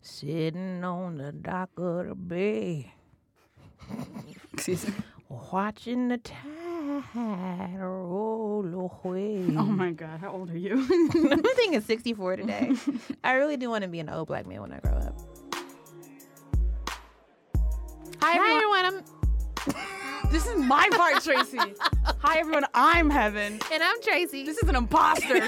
Sitting on the dock of the bay, Excuse me. watching the tide roll away. Oh my God, how old are you? I'm thinking 64 today. I really do want to be an old black man when I grow up. Hi everyone, I'm, this is my part, Tracy. Hi, everyone. I'm Heaven. and I'm Tracy. This is an imposter.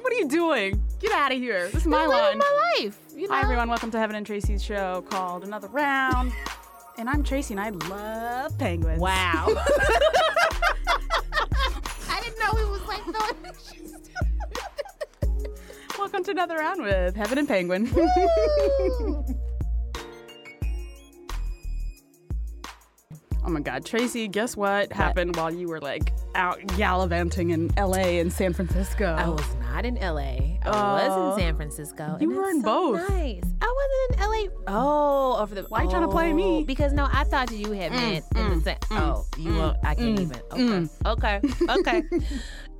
what are you doing? Get out of here. This is my I'm line. living my life. You know? Hi, everyone. Welcome to Heaven and Tracy's show called Another Round. And I'm Tracy, and I love penguins. Wow. I didn't know it was like throwing Welcome to Another Round with Heaven and Penguin. Oh my God, Tracy, guess what happened while you were like out gallivanting in LA and San Francisco? I was not in LA. I was Oh. in San Francisco. You and were it's in so both. Nice. I wasn't in LA. Oh, over the. Why you tryna play me? Mm, Because no, I thought you had meant in the same. oh, you won't. I can't even. Okay. Okay. Okay.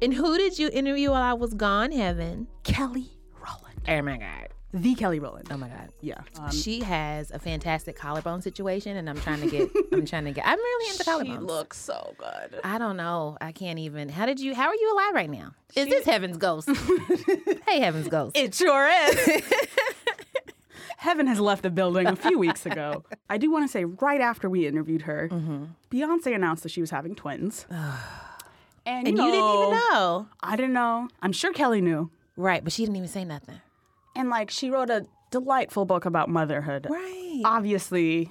and who did you interview while I was gone, Heaven? Kelly Rowland. Oh my God. The Kelly Rowland. Oh my God. yeah. Um, she has a fantastic collarbone situation, and I'm trying to get. I'm trying to get. I'm really into she collarbones. looks so good. I don't know. I can't even. How did you? How are you alive right now? Is this Heaven's ghost? hey, Heaven's ghost. It sure is. Heaven has left the building a few weeks ago. I do want to say, right after we interviewed her, Mm-hmm. Beyonce announced that she was having twins. and and you didn't even know. I didn't know. I'm sure Kelly knew. Right, but she didn't even say nothing. And like, she wrote a delightful book about motherhood. Right. Obviously,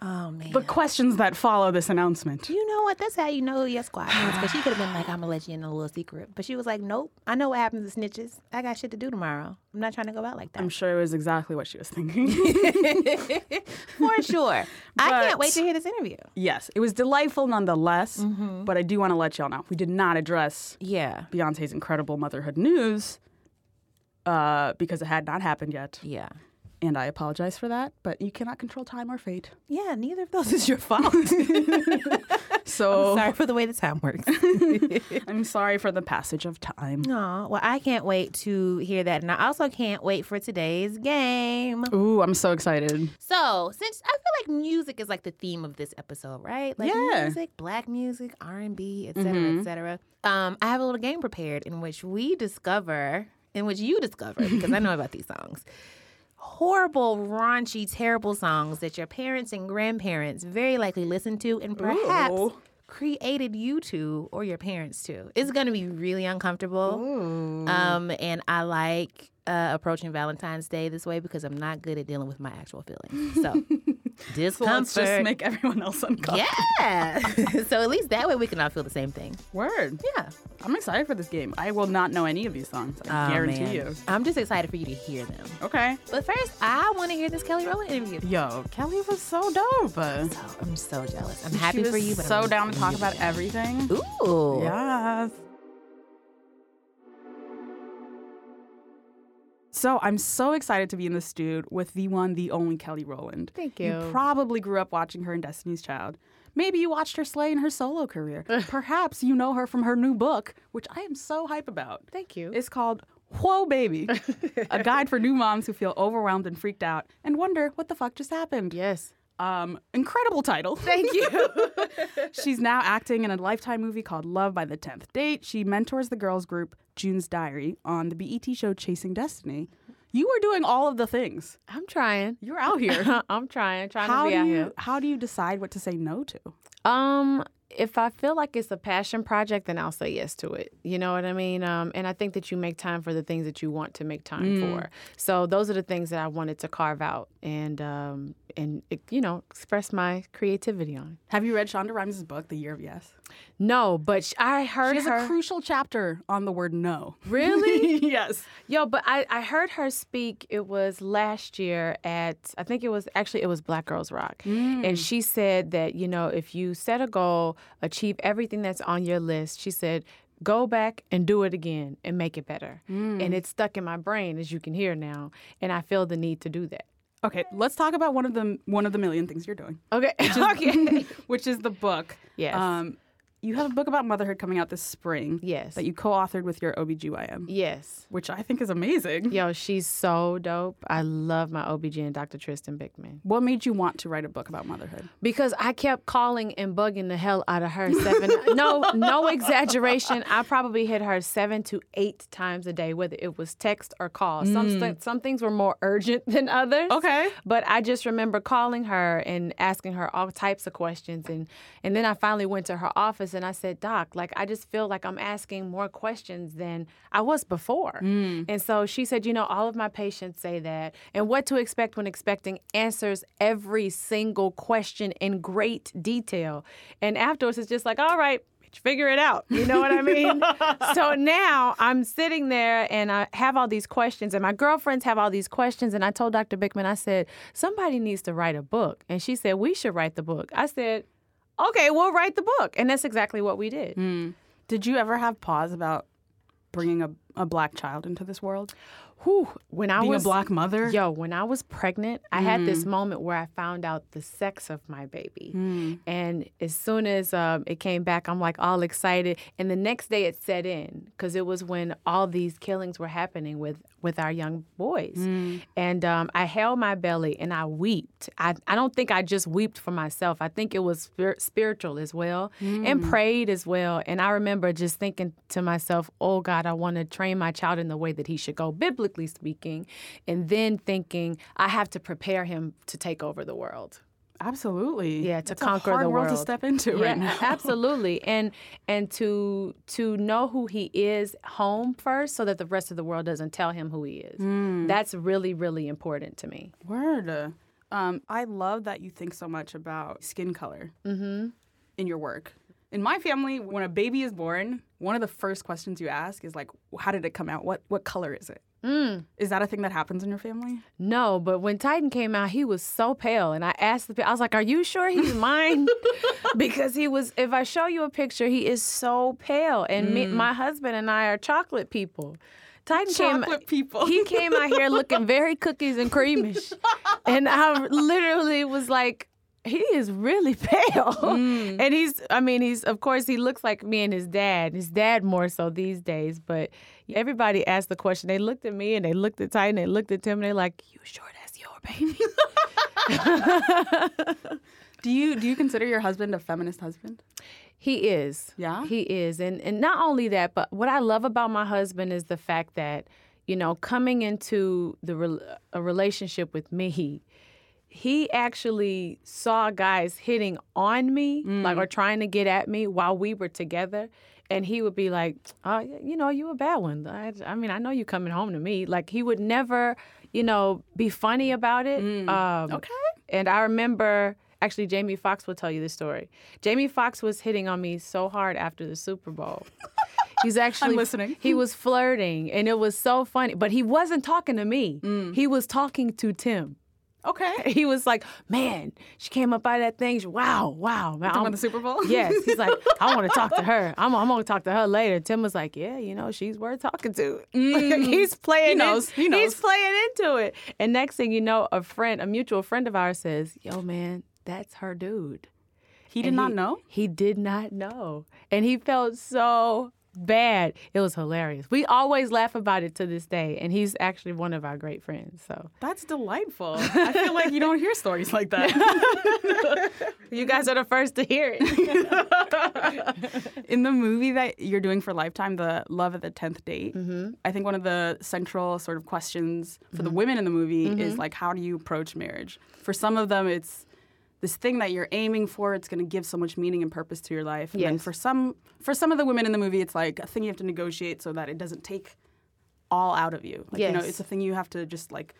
Oh man. the questions that follow this announcement. you know what? That's how you know who your squad is. Because she could have been like, "I'm gonna let you in a little secret," but she was like, "Nope. I know what happens to snitches. I got shit to do tomorrow. I'm not trying to go out like that." I'm sure it was exactly what she was thinking. For sure. I can't But- wait to hear this interview. yes, it was delightful nonetheless, Mm-hmm. but I do want to let y'all know we did not address Yeah. Beyonce's incredible motherhood news uh, because it had not happened yet. Yeah. And I apologize for that, but you cannot control time or fate. Yeah. Neither of those is your fault. So Sorry for the way the time works. I'm sorry for the passage of time. No, well, I can't wait to hear that. And I also can't wait for today's game. Ooh, I'm so excited. So, since I feel like music is like the theme of this episode, right? Like Yeah. Mm-hmm. music, black music, R&B, et cetera, et cetera. Um, I have a little game prepared in which we discover, in which you discover, because I know about these songs, horrible, raunchy, terrible songs that your parents and grandparents very likely listened to and perhaps Ooh. created you to or your parents to. It's going to be really uncomfortable. Um, and I like uh, approaching Valentine's Day this way because I'm not good at dealing with my actual feelings. So So let's just discomfort. make everyone else uncomfortable. yeah. so at least that way we can all feel the same thing. Word. Yeah. I'm excited for this game. I will not know any of these songs. I Oh, guarantee man. you. I'm just excited for you to hear them. Okay. But first, I want to hear this Kelly Rowland interview. Yo, Kelly was so dope. So, I'm so jealous. I'm happy she was for you. But so I'm down to talk about everything. Ooh. Yes. So I'm so excited to be in the studio with the one, the only Kelly Rowland. Thank You you. probably grew up watching her in Destiny's Child. Maybe you watched her slay in her solo career. Perhaps you know her from her new book, which I am so hype about. Thank you. It's called Whoa Baby, a guide for new moms who feel overwhelmed and freaked out and wonder what the fuck just happened. yes. Um, incredible title. Thank you. She's now acting in a Lifetime movie called Love by the 10th Date. She mentors the girls group June's Diary on the BET show Chasing Destiny. You are doing all of the things. I'm trying. You're out here. I'm trying. Trying how do you how do you decide what to say no to? Um, if I feel like it's a passion project, then I'll say yes to it. You know what I mean? Um, and I think that you make time for the things that you want to make time for. So those are the things that I wanted to carve out and um and you know express my creativity on. Have you read Shonda Rhimes' book, The Year of Yes? No, but sh- I heard She has her a crucial chapter on the word no. really. yes. Yo, but I, I heard her speak. It was last year at I think it was actually it was Black Girls Rock, Mm. and she said that you know if you set a goal, achieve everything that's on your list. She said go back and do it again and make it better. Mm. And it's stuck in my brain as you can hear now, and I feel the need to do that. Okay, let's talk about one of the one of the million things you're doing, Okay. which is the book. Yes. Um, you have a book about motherhood coming out this spring. Yes. That you co authored with your OBGYN, Yes. which I think is amazing. Yo, she's so dope. I love my OBGYN, Dr. Tristan Bickman. What made you want to write a book about motherhood? Because I kept calling and bugging the hell out of her seven. no, no exaggeration. I probably hit her seven to eight times a day, whether it was text or call. Some st- some things were more urgent than others. Okay. But I just remember calling her and asking her all types of questions, and and then I finally went to her office and I said, Doc, like I just feel like I'm asking more questions than I was before. And so she said, you know, all of my patients say that, and what to expect when expecting answers every single question in great detail. And afterwards, it's just like, all right, bitch, figure it out. You know what I mean? so now I'm sitting there and I have all these questions, and my girlfriends have all these questions. And I told Dr. Bickman, I said, somebody needs to write a book. And she said, we should write the book. I said, okay, we'll write the book. And that's exactly what we did. Did you ever have pause about bringing a, a black child into this world? Whew, when I Being was a black mother? Yo, when I was pregnant, I had this moment where I found out the sex of my baby. And as soon as um, it came back, I'm like all excited. And the next day it set in because it was when all these killings were happening with, with our young boys. And um, I held my belly and I weeped. I, I don't think I just weeped for myself. I think it was spir- spiritual as well Mm. and prayed as well. And I remember just thinking to myself, oh God, I want to train my child in the way that he should go, biblically speaking. And then thinking, I have to prepare him to take over the world. Absolutely. Yeah, to It's conquer a hard the world. to world. step into Yeah, right now. absolutely. And and to to know who he is home first so that the rest of the world doesn't tell him who he is. Mm. That's really, really important to me. Word. Um, I love that you think so much about skin color Mm-hmm. in your work. In my family, when a baby is born, one of the first questions you ask is like, "How did it come out? What what color is it?" Is Mm. that a thing that happens in your family? No, but when Titan came out, he was so pale, and I asked the. pe- I was like, "Are you sure he's mine?" because he was. If I show you a picture, he is so pale, and me, my husband and I are chocolate people. Titan came. Chocolate people. He came out here looking very cookies and creamish, and I literally was like. He is really pale. And he's, I mean, he's, of course, he looks like me and his dad, his dad more so these days. But everybody asked the question. They looked at me and they looked at Titan, they looked at Tim, and they're like, You sure that's your baby? Do you do you consider your husband a feminist husband? He is. Yeah? He is. And and not only that, but what I love about my husband is the fact that, you know, coming into the rel- a relationship with me, he actually saw guys hitting on me, Mm. like or trying to get at me while we were together. And he would be like, oh, y- you know, you a bad one. I, I mean, I know you coming home to me. Like he would never, you know, be funny about it. Um, Mm. Okay. and I remember actually Jamie Foxx will tell you this story. Jamie Foxx was hitting on me so hard after the Super Bowl. He's actually listening. He was flirting and it was so funny. But he wasn't talking to me. He was talking to Tim. Mm. Okay. He was like, Man, she came up out of that thing. She, wow, wow. man, Talking I'm- about the Super Bowl. Yes, he's like, I want to talk to her. I'm, I'm gonna talk to her later. Tim was like, Yeah, you know, she's worth talking to. he's playing. in- knows. Mm. He knows. He's playing into it. And next thing you know, a friend, a mutual friend of ours, says, "Yo, man, that's her dude." He did And not he- know. He did not know, and he felt so bad. It was hilarious. We always laugh about it to this day, and he's actually one of our great friends. So That's delightful. I feel like you don't hear stories like that. you guys are the first to hear it. in the movie that you're doing for Lifetime, the Love at the Tenth Date, Mm-hmm. I think one of the central sort of questions for the women in the movie Mm-hmm. is like, how do you approach marriage? For some of them, it's this thing that you're aiming for. It's going to give so much meaning and purpose to your life. And then Yes. for some, for some of the women in the movie, it's like a thing you have to negotiate so that it doesn't take all out of you. Like, You know, Yes. it's a thing you have to just like.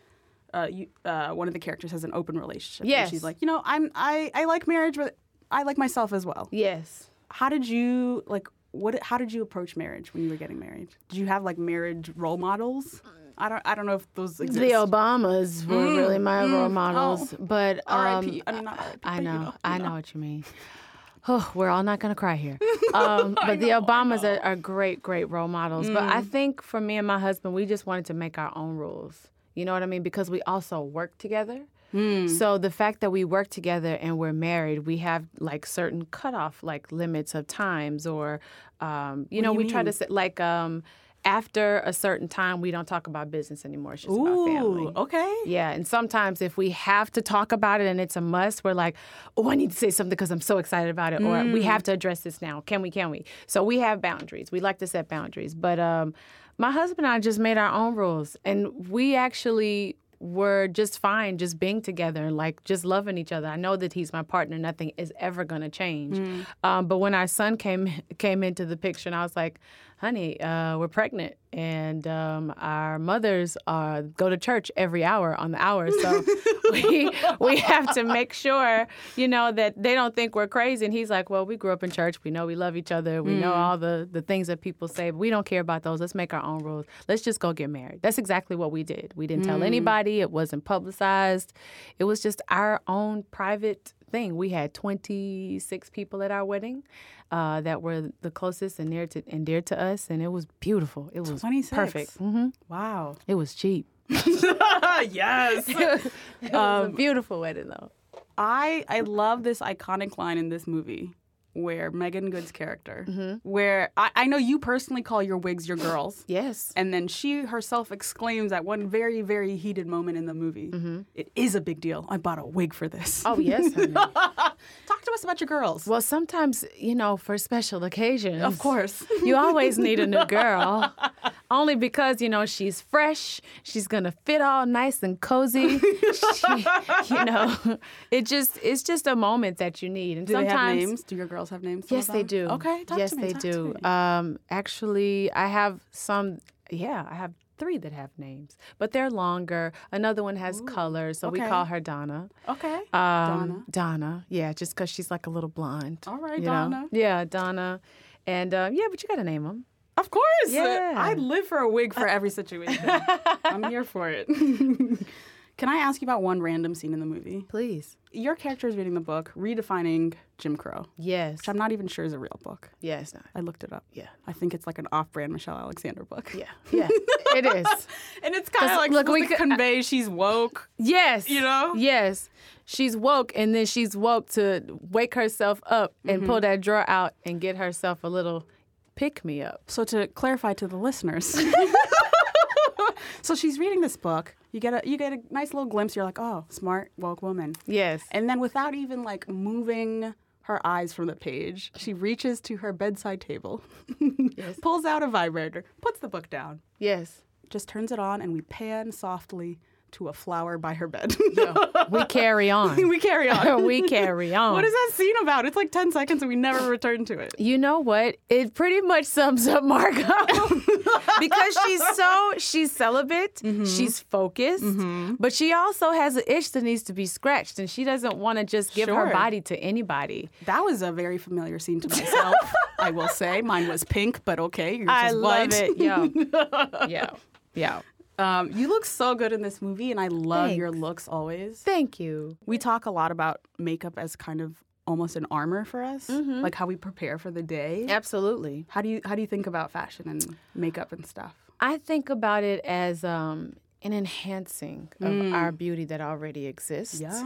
Uh, you, uh, one of the characters has an open relationship. And she's Yes. like, you know, I'm I, I like marriage, but I like myself as well yes. how did you like what how did you approach marriage when you were getting married did you have like marriage role models i don't i don't know if those exist The um, Obamas were Mm, really my role models, but um, RIP. Oh, I mean, not RIP, I but, you know, know, I know. what you mean. Oh, we're all not gonna cry here, um, but the Obamas are, are great, great role models. But I think for me and my husband, we just wanted to make our own rules. You know what I mean? Because we also work together. So the fact that we work together and we're married, we have like certain cutoff like limits of times, or um, you know, we try to set like um, after a certain time, we don't talk about business anymore. It's just about family. Ooh, okay. Yeah, and sometimes if we have to talk about it and it's a must, we're like, oh, I need to say something because I'm so excited about it, or we have to address this now. Can we? Can we? So we have boundaries. We like to set boundaries. But um, my husband and I just made our own rules, and we actually were just fine just being together and like just loving each other. I know that he's my partner. Nothing is ever going to change. Um, but when our son came came into the picture, and I was like, "Honey, uh, we're pregnant, and um, our mothers uh, go to church every hour on the hour, so we we have to make sure you know that they don't think we're crazy." And he's like, "Well, we grew up in church. We know we love each other. We know all the the things that people say. But we don't care about those. Let's make our own rules. Let's just go get married." That's exactly what we did. We didn't tell anybody. It wasn't publicized. It was just our own private thing. We had 26 people at our wedding uh, that were the closest and near to and dear to us, and it was beautiful. It was 26. perfect. Mm-hmm. Wow. It was cheap. yes. It was a beautiful wedding though. I I love this iconic line in this movie where Megan Good's character, Mm-hmm. where I, I know you personally call your wigs your girls. Yes. And then she herself exclaims at one very, very heated moment in the movie, Mm-hmm. "It is a big deal. I bought a wig for this." Oh yes. honey. Talk to us about your girls. well, sometimes you know for special occasions. of course. You always need a new girl. Only because, you know, she's fresh. She's going to fit all nice and cozy. She- you know, it just it's just a moment that you need. And Do they sometimes have names? Do your girls have names? some Yes, of they do. them? Okay. Talk yes, to me, they talk to do. me. Um, actually, I have some. Yeah, I have three that have names, but they're longer. Another one has color, so we okay. call her Donna. okay. Um, Donna. Donna. Yeah, just because she's like a little blonde. All right, you know? Donna. Yeah, Donna. And uh, yeah, but you got to name them. Of course. Yeah. Uh, I live for a wig for every situation. I'm here for it. Can I ask you about one random scene in the movie? Please. Your character is reading the book, Redefining Jim Crow, which Yes. I'm not even sure is a real book. Yes. No. I looked it up. Yeah. I think it's like an off brand Michelle Alexander book. Yeah. Yeah. it is. And it's kind of like look, uh, look, we we could- convey she's woke. Yes. You know? Yes. She's woke and then she's woke to wake herself up and pull that drawer out and get herself a little pick me up. So to clarify to the listeners, so she's reading this book. You get a you get a nice little glimpse. You're like, oh, smart woke woman. Yes. And then without even like moving her eyes from the page, she reaches to her bedside table, pulls out a vibrator, puts the book down, yes. just turns it on, and we pan softly to a flower by her bed. We carry on. we carry on. we carry on. What is that scene about? It's like 10 seconds and we never return to it. You know what? It pretty much sums up Margot because she's so she's celibate, she's focused, but she also has an itch that needs to be scratched, and she doesn't want to just give her Sure. body to anybody. That was a very familiar scene to myself, I will say. Mine was pink, but okay. Yours I is white. love it. Yeah, yeah, yeah. Um, you look so good in this movie, and I love your looks always. Thank you. We talk a lot about makeup as kind of almost an armor for us, Mm-hmm. like how we prepare for the day. Absolutely. How do you how do you think about fashion and makeup and stuff? I think about it as um, an enhancing of Mm. our beauty that already exists. Yes.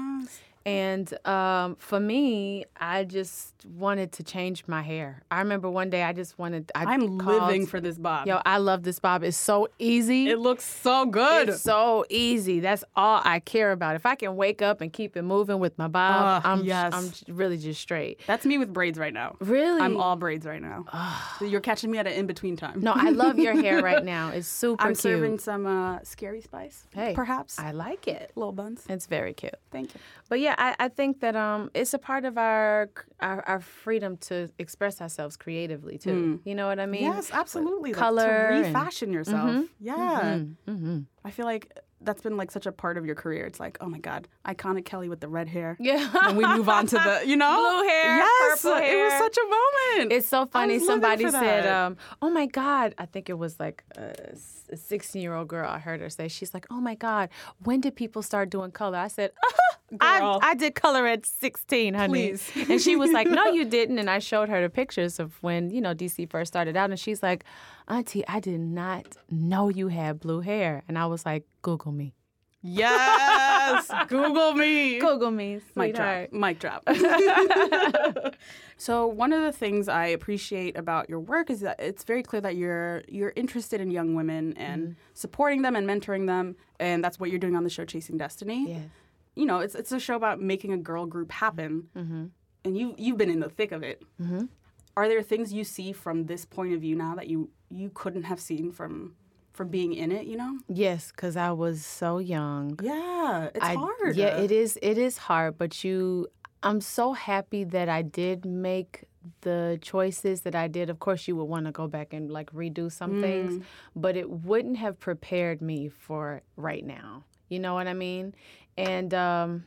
And um, for me, I just wanted to change my hair. I remember one day I just wanted. I I'm called- living for this bob. Yo, I love this bob. It's so easy. it looks so good. it's so easy. That's all I care about. If I can wake up and keep it moving with my bob, Ah, I'm yes. I'm j- really just straight. That's me with braids right now. Really? I'm all braids right now. So you're catching me at an in between time. No, I love your hair right now. It's super I'm cute. serving some uh, scary spice, Hey, perhaps I like it. little buns. It's very cute. Thank you. But yeah, I, I think that um, it's a part of our, our our freedom to express ourselves creatively too. You know what I mean? Yes, absolutely. Like, color and- Mm-hmm. to refashion yourself. Yeah. I feel like that's been like such a part of your career. It's like, oh my God, iconic Kelly with the red hair. Yeah. When we move on to the, you know, Blue hair, Yes, purple it was hair. such a moment. It's so funny. was living Somebody for said, that. um, "Oh my God!" I think it was like a s- a sixteen-year-old girl. I heard her say, "She's like, oh my God, when did people start doing color?" I said, I, Girl. "I did color at sixteen, honey." Please. And she was like, "No, you didn't." And I showed her the pictures of when you know DC first started out, and she's like, "Auntie, I did not know you had blue hair." And I was like, "Google me." Yes, Google me. Google me, Mic sweetheart. drop. Mic drop. so one of the things I appreciate about your work is that it's very clear that you're you're interested in young women and supporting them and mentoring them, and that's what you're doing on the show Chasing Destiny. Yes. You know, it's it's a show about making a girl group happen, and you you've been in the thick of it. Are there things you see from this point of view now that you you couldn't have seen from from being in it? You know. Yes, because I was so young. Yeah, it's I- hard. Yeah, it is. It is hard, but you. I'm so happy that I did make the choices that I did. Of course, you would want to go back and like redo some Mm. things, but it wouldn't have prepared me for right now. You know what I mean? And um,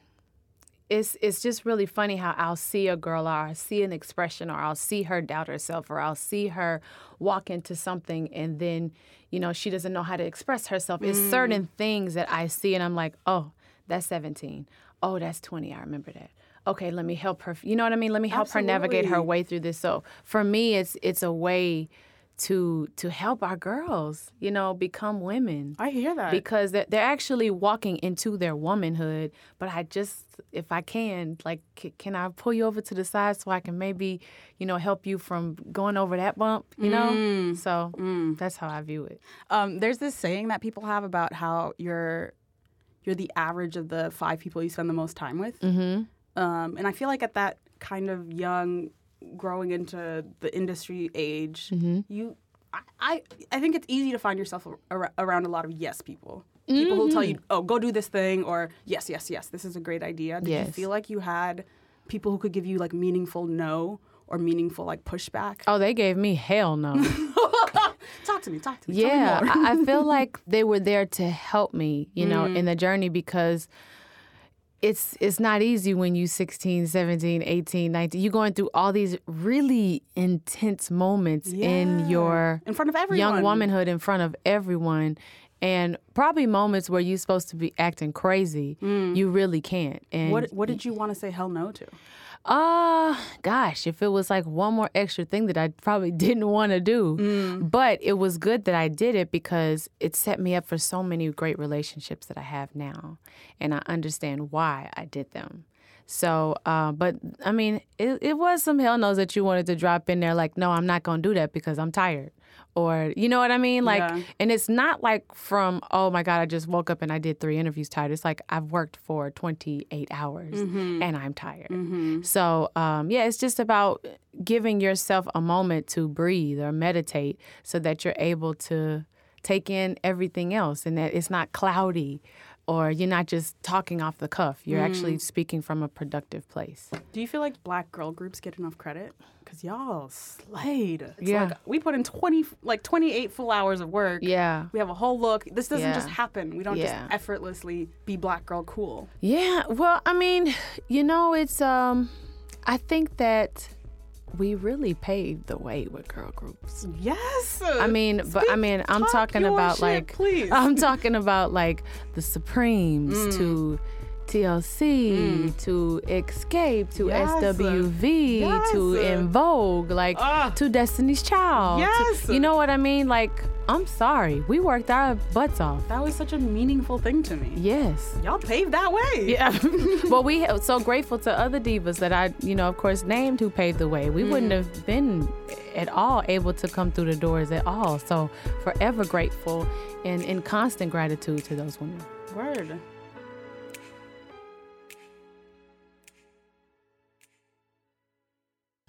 it's it's just really funny how I'll see a girl or I'll see an expression or I'll see her doubt herself or I'll see her walk into something and then, you know, she doesn't know how to express herself. It's certain things that I see and I'm like, oh, that's 17. Oh, that's 20. I remember that. Okay, let me help her. You know what I mean? Let me help her navigate her way through this. So for me, it's it's a way to to help our girls, you know, become women I hear that. because they're, they're actually walking into their womanhood. But I just, if I can, like, c- can I pull you over to the side so I can maybe, you know, help you from going over that bump, you know? Mm. So that's how I view it. Um, there's this saying that people have about how you're you're the average of the five people you spend the most time with. Mm-hmm. Um, and I feel like at that kind of young, growing into the industry age, Mm-hmm. you. I, I, I think it's easy to find yourself ar- around a lot of yes people. People who tell Mm-hmm. you, oh, go do this thing, or yes, yes, yes, this is a great idea. Did you Yes. feel like you had people who could give you like meaningful no or meaningful like pushback? Oh, they gave me hell no. talk to me, talk to me. tell me Oh. yeah, more. I, I feel like they were there to help me, you know, in the Mm. journey because it's it's not easy when you 16, 17, 18, 19. You're going through all these really intense moments Yeah. in your in front of everyone. young womanhood in front of everyone and probably moments where you're supposed to be acting crazy you really can't and Mm. What what did you want to say hell no to? uh gosh if it was like one more extra thing that i probably didn't want to do Mm. but it was good that i did it because it set me up for so many great relationships that i have now and i understand why i did them so uh, but i mean it, it was some hell no's that you wanted to drop in there like no i'm not gonna do that because i'm tired or you know what i mean like Yeah. and it's not like from, oh my God, I just woke up and I did three interviews tired. It's like I've worked for 28 hours and I'm tired. So, um, yeah, it's just about giving yourself a moment to breathe or meditate so that you're able to take in everything else and that it's not cloudy or you're not just talking off the cuff. You're actually speaking from a productive place. Do you feel like black girl groups get enough credit? Cause y'all slayed. It's Yeah. like we put in twenty like twenty eight full hours of work. Yeah. We have a whole look. This doesn't Yeah. just happen. We don't Yeah. just effortlessly be black girl cool. Yeah, well, I mean, you know, it's um I think that we really paved the way with girl groups. Yes. I mean, but I mean, I'm talk talking your about shit, like please. Mm. I'm talking about like the Supremes to TLC to Escape to Yes. SWV to Yes. In Vogue like Ah. to Destiny's Child. to- Yes. you know what I mean? Like I'm sorry. We worked our butts off. that was such a meaningful thing to me. Yes. Y'all paved that way. Yeah. but we are so grateful to other divas that I, you know, of course, named who paved the way. We wouldn't have been at all able to come through the doors at all. So forever grateful and in constant gratitude to those women. Word.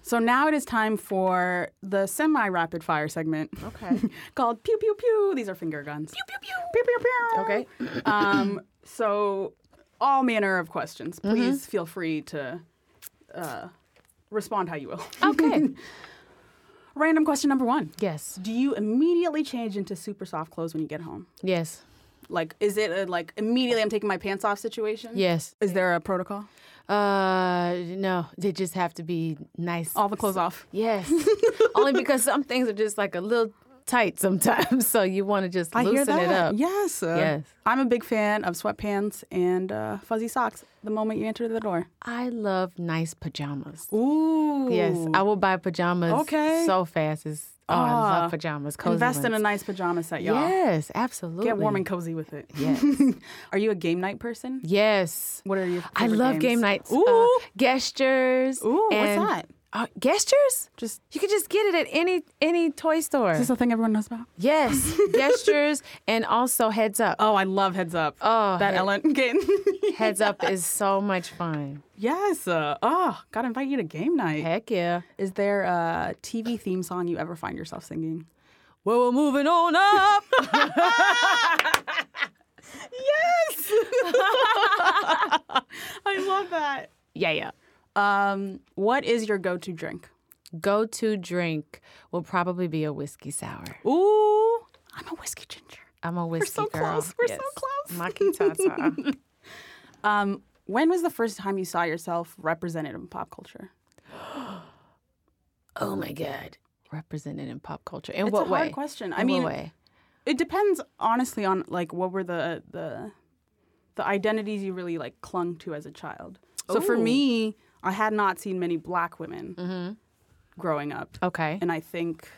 So now it is time for the semi rapid fire segment. Okay. called pew pew pew. These are finger guns. Pew pew pew. Pew pew pew. Okay. um, so all manner of questions. Please feel free to uh, respond how you will. Okay. Random question number one. yes. Do you immediately change into super soft clothes when you get home? Yes. Like, is it a, like immediately I'm taking my pants off situation? Yes. Is there a protocol? Uh, no, they just have to be nice. All the clothes off. Yes. Only because some things are just like a little tight sometimes, so you want to just I loosen hear that. it up. Yes. uh, Yes. I'm a big fan of sweatpants and uh, fuzzy socks the moment you enter the door. I love nice pajamas. Ooh. Yes, I will buy pajamas. Okay. so fast. It's, oh, I Ah, love pajamas. Cozy Invest in a ones. nice pajama set, y'all. Yes, absolutely. Get warm and cozy with it. Yes. are you a game night person? yes. What are your I favorite love game games? nights. Ooh. Uh, gestures. Ooh, what's and- that? Uh, gestures? Just You can just get it at any any toy store. is this a thing everyone knows about? Yes, gestures and also heads up. Oh, I love Heads Up. Oh, that Head- Ellen game. Heads up is so much fun. yes. Uh, oh, gotta invite you to game night. Heck yeah. Is there a TV theme song you ever find yourself singing? Well, we're moving on up. I love that. yeah, yeah. Um, what is your go-to drink? Go to drink will probably be a whiskey sour. Ooh, I'm a whiskey ginger. I'm a whiskey so girl. close. We're so close. Makitata. Um, when was the first time you saw yourself represented in pop culture? oh my god. Represented in pop culture. In It's what a way? hard question. I In mean, what way? it depends honestly on like what were the the the identities you really like clung to as a child. So for Ooh. me, I had not seen many black women growing up. Okay. And I think,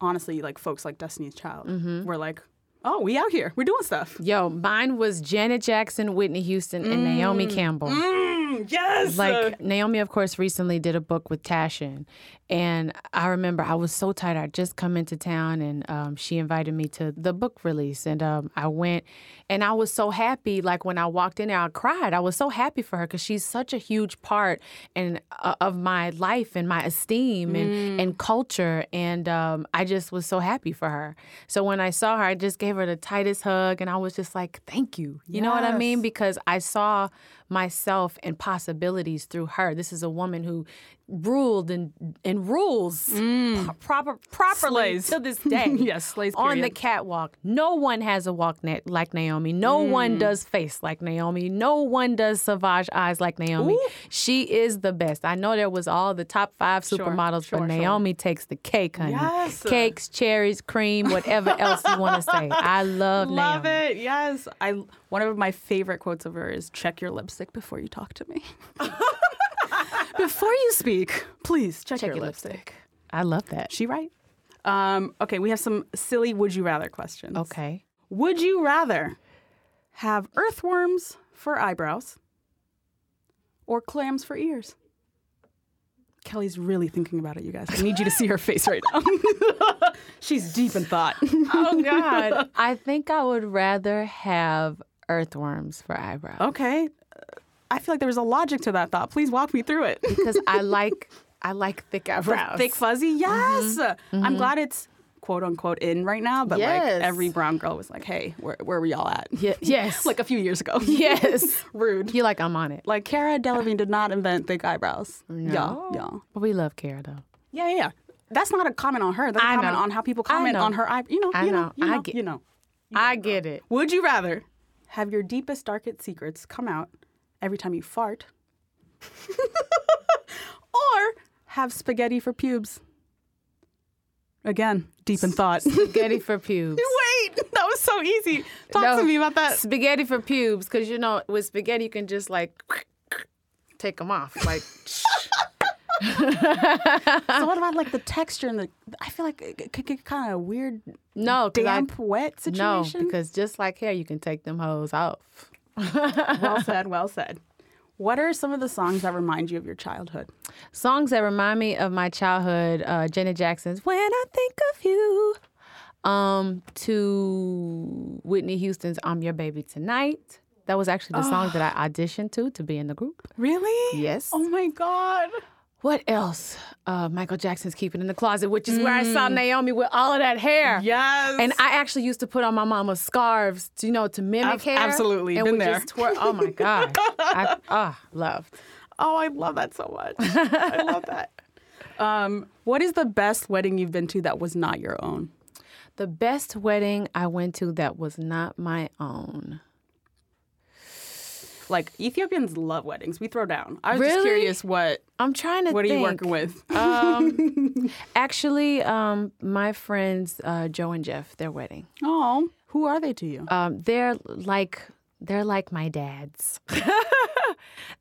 honestly, like folks like Destiny's Child were like, oh, we out here, we're doing stuff. Yo, mine was Janet Jackson, Whitney Houston, and Naomi Campbell. Mm, yes. Like Naomi, of course, recently did a book with Tashin, and I remember I was so tired. I just come into town, and um, she invited me to the book release, and um, I went, and I was so happy. Like when I walked in there, I cried. I was so happy for her because she's such a huge part and uh, of my life and my esteem and Mm. and culture, and um, I just was so happy for her. So when I saw her, I just gave her the tightest hug, and I was just like, "Thank you." You know what I mean? Yes. because I saw myself and possibilities through her. This is a woman who ruled and and rules pro- proper properly Mm. Slays. to this day. Yes, slays, on the period. catwalk. No one has a walk na- like Naomi. No Mm. one does face like Naomi. No one does Savage eyes like Naomi. She is the best. I know there was all the top five supermodels, sure, sure. but Naomi takes the cake, honey. Yes. Cakes, cherries, cream, whatever else you want to say. I love, Love Naomi. it. Yes. I one of my favorite quotes of her is check your lipstick before you talk to me. before you speak, please check, your, your lipstick. I love that. She right? Um, okay, we have some silly would you rather questions. Okay. Would you rather have earthworms for eyebrows or clams for ears? Kelly's really thinking about it, you guys. I need you to see her face right now. She's deep in thought. Oh God! I think I would rather have earthworms for eyebrows Okay. I feel like there was a logic to that thought. Please walk me through it. because I like I like thick eyebrows. Thick fuzzy, Mm-hmm. yes. I'm glad it's quote unquote in right now, but Yes. like every brown girl was like, hey, where, where were y'all at? Ye- yes. like a few years ago. yes. Rude. You like I'm on it. Like Cara Delevingne did not invent thick eyebrows. No. Yeah, yeah. But we love Kara though. Yeah, yeah, yeah. That's not a comment on her. That's a I comment know. on how people I comment know. on her eye. You know, I you know, know. you know, I get- you know. I get it. Would you rather have your deepest, darkest secrets come out every time you fart, or have spaghetti for pubes? Again, deep in thought. Wait, Spaghetti for pubes. that was so easy. Talk No. to me about that. Spaghetti for pubes, because you know with spaghetti you can just like take them off. Like So, what about like the texture and the? I feel like it could get kind of weird, no, 'cause I- damp, wet no, situation. because just like hair, you can take them hoes off. well said, well said. What are some of the songs that remind you of your childhood? songs that remind me of my childhood uh janet jackson's when i think of you um to whitney houston's i'm your baby tonight that was actually the song that i auditioned to to be in the group Really? Yes. Oh my god. what else uh michael jackson's keeping in the closet which is where i saw naomi with all of that hair Yes. and I actually used to put on my mama's scarves, you know, to mimic Ab- hair. absolutely. and Been would there. Just twirl. Oh my god, I ah loved. Oh, I love that so much. I love that. Um, what is the best wedding you've been to that was not your own? The best wedding I went to that was not my own. Like Ethiopians love weddings. We throw down. I was just Really? curious what I'm trying to what are think. you working with? Um, actually, um, my friends uh, Joe and Jeff, their wedding. Oh, who are they to you? Um, they're like they're like my dads.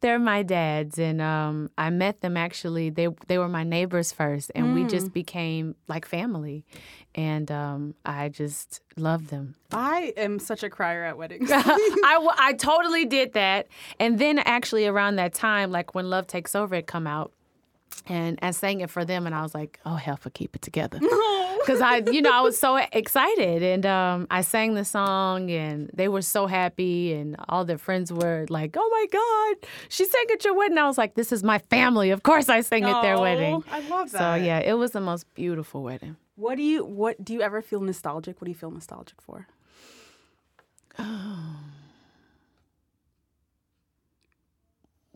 they're my dads, and um, I met them actually. They they were my neighbors first, and we Hmm. just became like family, and um, I just love them. I am such a crier at weddings. I, w- I totally did that, and then actually around that time, like when Love Takes Over had come out, and I sang it for them, and I was like, oh hell, for keep it together. because I, you know, I was so excited, and um, I sang the song, and they were so happy, and all their friends were like, "Oh my God, she sang at your wedding!" I was like, "This is my family. Of course, I sang at their Aw, wedding." Oh, I love So that. yeah, it was the most beautiful wedding. What do you what do you ever feel nostalgic? What do you feel nostalgic for?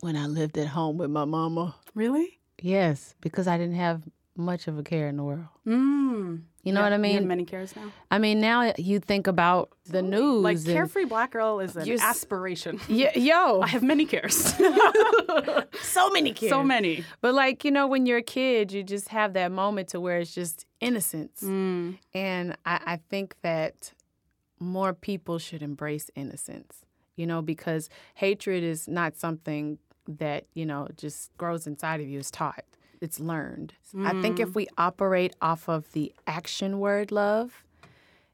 When I lived at home with my mama. Really? Yes, because I didn't have much of a care in the world. Mm. You know what I You have mean? many cares now. I mean, now you think about the news. Like and- carefree black girl is an You're s- aspiration. Y- yo, I have many cares. so many kids. so many. But like, you know, when you're a kid, you just have that moment to where it's just innocence. And I, I think that more people should embrace innocence, you know, because hatred is not something that, you know, just grows inside of you, it's taught. It's learned. I think if we operate off of the action word love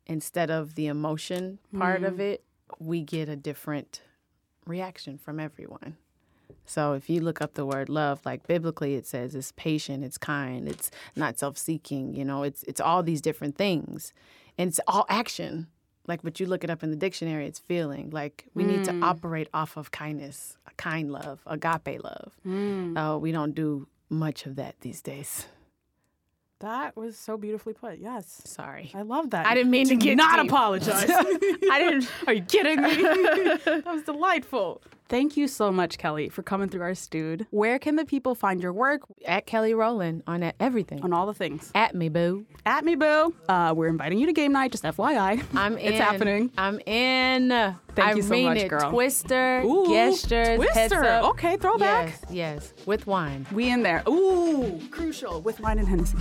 instead of the emotion part of it, we get a different reaction from everyone. So if you look up the word love, like biblically it says it's patient, it's kind, it's not self-seeking, you know, it's it's all these different things. And it's all action. Like but you look it up in the dictionary, it's feeling. Like we need Mm. to operate off of kindness, kind love, agape love. Mm. Uh, we don't do much of that these days. That was so beautifully put. Yes. Sorry. I love that. I didn't mean to Do get not deep. apologize. I didn't Are you kidding me? that was delightful. Thank you so much, Kelly, for coming through our stewed. Where can the people find your work at Kelly Rowland on that everything. on all the things? At me, boo. At me, boo. Uh, we're inviting you to game night, just FYI. I'm in. It's happening. I'm in. Thank I you so mean much, it. girl. Twister, Ooh, gestures, heads Twister. up. Okay, throwback. Yes, yes, with wine We in there. Ooh, crucial with wine and Hennessy.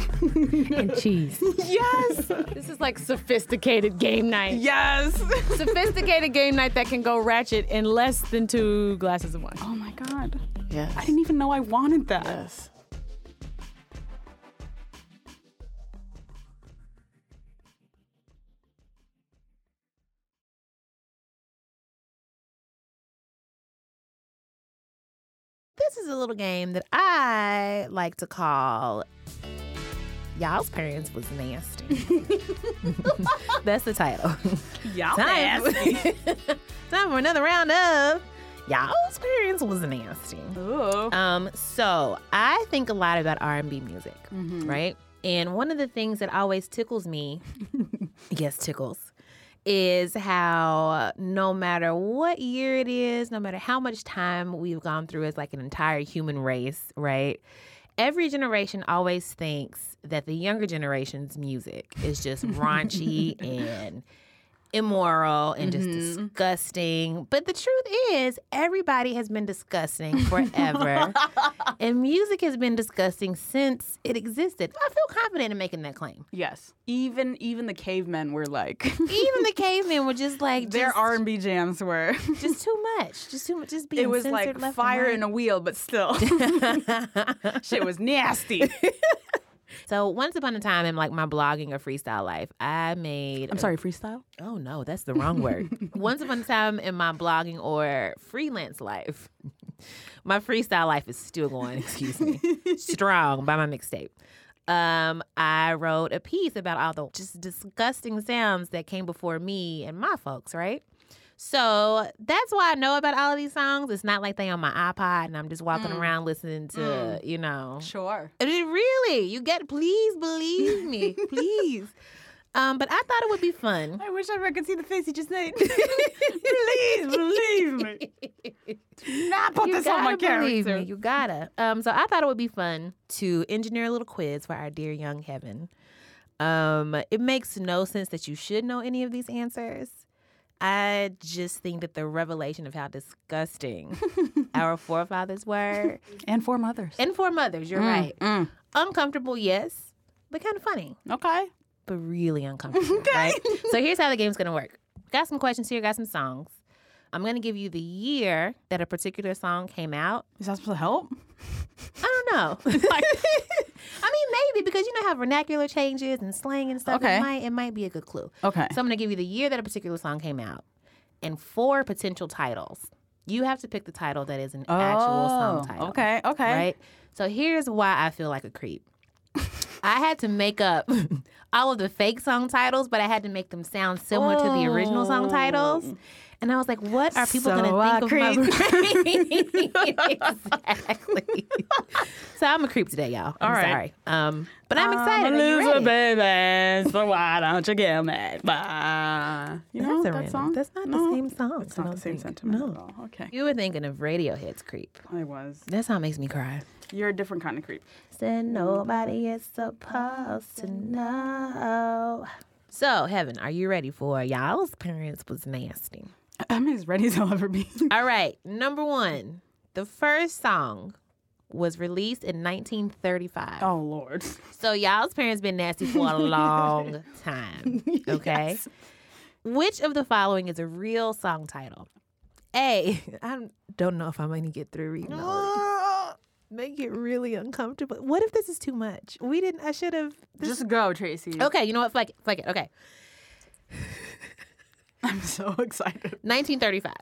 and cheese. yes. this is like sophisticated game night. Yes. Sophisticated game night that can go ratchet in less than two glasses of wine. Oh my God. Yes. I didn't even know I wanted that. yes. This is a little game that I like to call Y'all's Parents Was Nasty. That's the title. Y'all Time for, nasty. time for another round of Y'all's Parents Was Nasty. Ooh. Um, so I think a lot about R and B music, right? And one of the things that always tickles me, yes, tickles, is how no matter what year it is, no matter how much time we've gone through as like an entire human race, right? Every generation always thinks that the younger generation's music is just raunchy and immoral and just Mm-hmm. disgusting. But the truth is, everybody has been disgusting forever. and music has been disgusting since it existed. I feel confident in making that claim. Yes. Even even the cavemen were like Even the cavemen were just like, their just, R and B jams were. just too much. Just too much. Just being It was censored like left and fire right. in a wheel, but still, shit was nasty. So once upon a time in like my blogging or freestyle life, I made I'm sorry, freestyle. Oh no, that's the wrong word. Once upon a time in my blogging or freelance life, my freestyle life is still going, excuse me, strong by my mixtape. Um, I wrote a piece about all the just disgusting sounds that came before me and my folks, right? So that's why I know about all of these songs. It's not like they on my iPod and I'm just walking around listening to, you know, Sure. I mean, really, you get. Please believe me, please. Um, but I thought it would be fun. I wish everyone could see the face he just made. Please believe me. Do not put this on my believe character. me. You gotta. Um, so I thought it would be fun to engineer a little quiz for our dear young heaven. Um, it makes no sense that you should know any of these answers. I just think that the revelation of how disgusting our forefathers were and four mothers. and four mothers, you're Mm. right. Uncomfortable, yes, but kind of funny, Okay. but really uncomfortable. Right? So here's how the game's gonna work. Got some questions here, got some songs. I'm gonna give you the year that a particular song came out. Is that supposed to help? I don't know. I mean, maybe because you know how vernacular changes and slang and stuff. Okay. It might, it might be a good clue. Okay. So I'm going to give you the year that a particular song came out and four potential titles. You have to pick the title that is an actual song title. Oh, Okay. Okay. Right? So here's why I feel like a creep. I had to make up all of the fake song titles, but I had to make them sound similar to the original song titles. And I was like, what are people Oh. So going a to think of my brain? exactly. so I'm a creep today, y'all. I'm right. sorry. Um, but I'm excited. Are you ready? baby, so why don't you get mad? Bye. You know That's a that random- song? That's not No, the same song. It's not the same sentiment at all. Okay. You were thinking of Radiohead's "Creep." I was. That song makes me cry. You're a different kind of creep. Said nobody is supposed to know. So, Heaven, are you ready for y'all's parents was nasty? I'm as ready as I'll ever be. All right, number one, the first song was released in 1935. oh Lord. So y'all's parents been nasty for a long time. Okay. Which of the following is a real song title? A. I don't know if I'm going to get through reading all Make it really uncomfortable. What if this is too much? We didn't. I should have. Just go, Tracy. Okay. You know what? Flick it. Flick it. Okay. I'm so excited. 1935.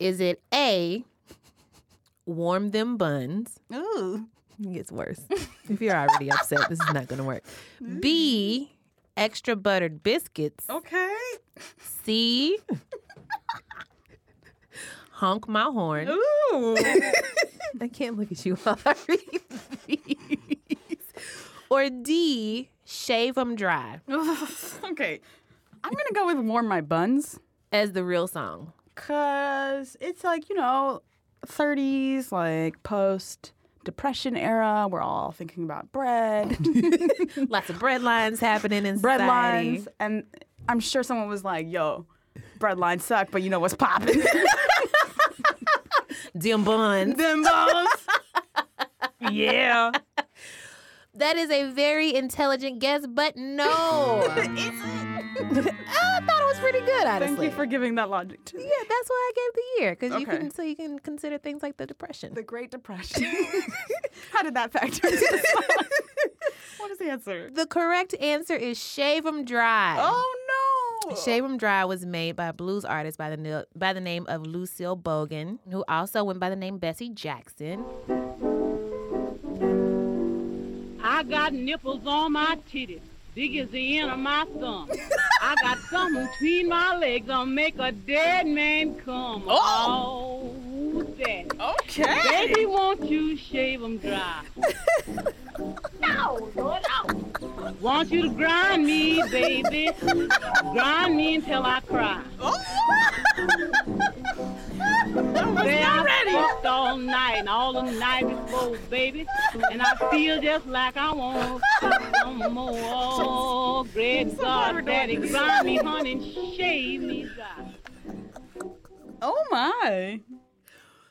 Is it A. Warm them buns. Ooh. It gets worse. if you're already upset, this is not going to work. B. Extra buttered biscuits. Okay. C. honk my horn. Ooh. I can't look at you while I read these. Or D. Shave 'em dry okay. I'm gonna go with warm my buns. as the real song. Cause it's like, you know, 30s, like post depression era. We're all thinking about bread, Lots of bread lines happening in bread society. lines. And I'm sure someone was like, yo, bread lines suck, but you know what's popping? Dim buns. Them bones. yeah. That is a very intelligent guess, but no. I thought it was pretty good, honestly. Thank you for giving that logic to me. yeah, that's why I gave the year because you Okay. can so you can consider things like the depression. The Great Depression. How did that factor into the What is the answer? The correct answer is shave 'em dry. Oh no. Shave 'em Dry was made by a blues artist by the nil- by the name of Lucille Bogan, who also went by the name Bessie Jackson. I got nipples on my titties, big as the end of my thumb. I got some between my legs, I'll make a dead man come. Oh, that. Okay. Baby, won't you shave 'em dry? no, Lord, no. Want you to grind me, baby. grind me until I cry. Say I fucked all night and all the night before, baby. And I feel just like I want some more. Oh, great God, daddy, grind me, honey, and shave me dry. Oh my.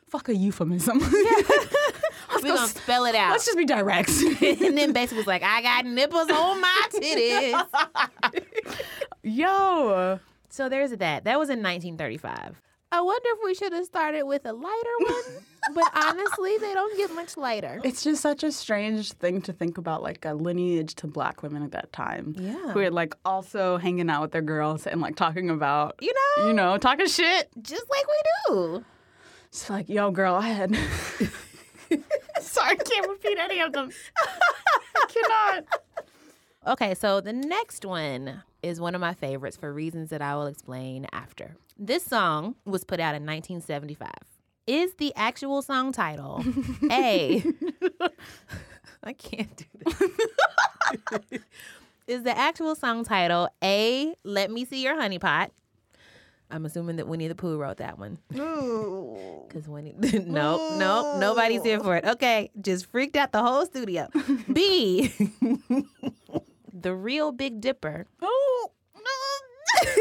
Fuck a euphemism. We're gonna spell it out. Let's just be direct. and then Bessie was like, "I got nipples on my titties." Yo. so there's that. That was in 1935. I wonder if we should have started with a lighter one, but honestly, they don't get much lighter. It's just such a strange thing to think about, like a lineage to black women at that time. Yeah. Who are like also hanging out with their girls and like talking about, You know, you know, talking shit. just like we do. It's like, yo, girl, I had. Sorry, I can't repeat any of them. I cannot. Okay, so the next one is one of my favorites for reasons that I will explain after. This song was put out in 1975. Is the actual song title A? I can't do this. is the actual song title A? Let me see your honey pot. I'm assuming that Winnie the Pooh wrote that one. Because Winnie, no, no, nobody's here for it. Okay, just freaked out the whole studio. B, the real Big Dipper. Oh.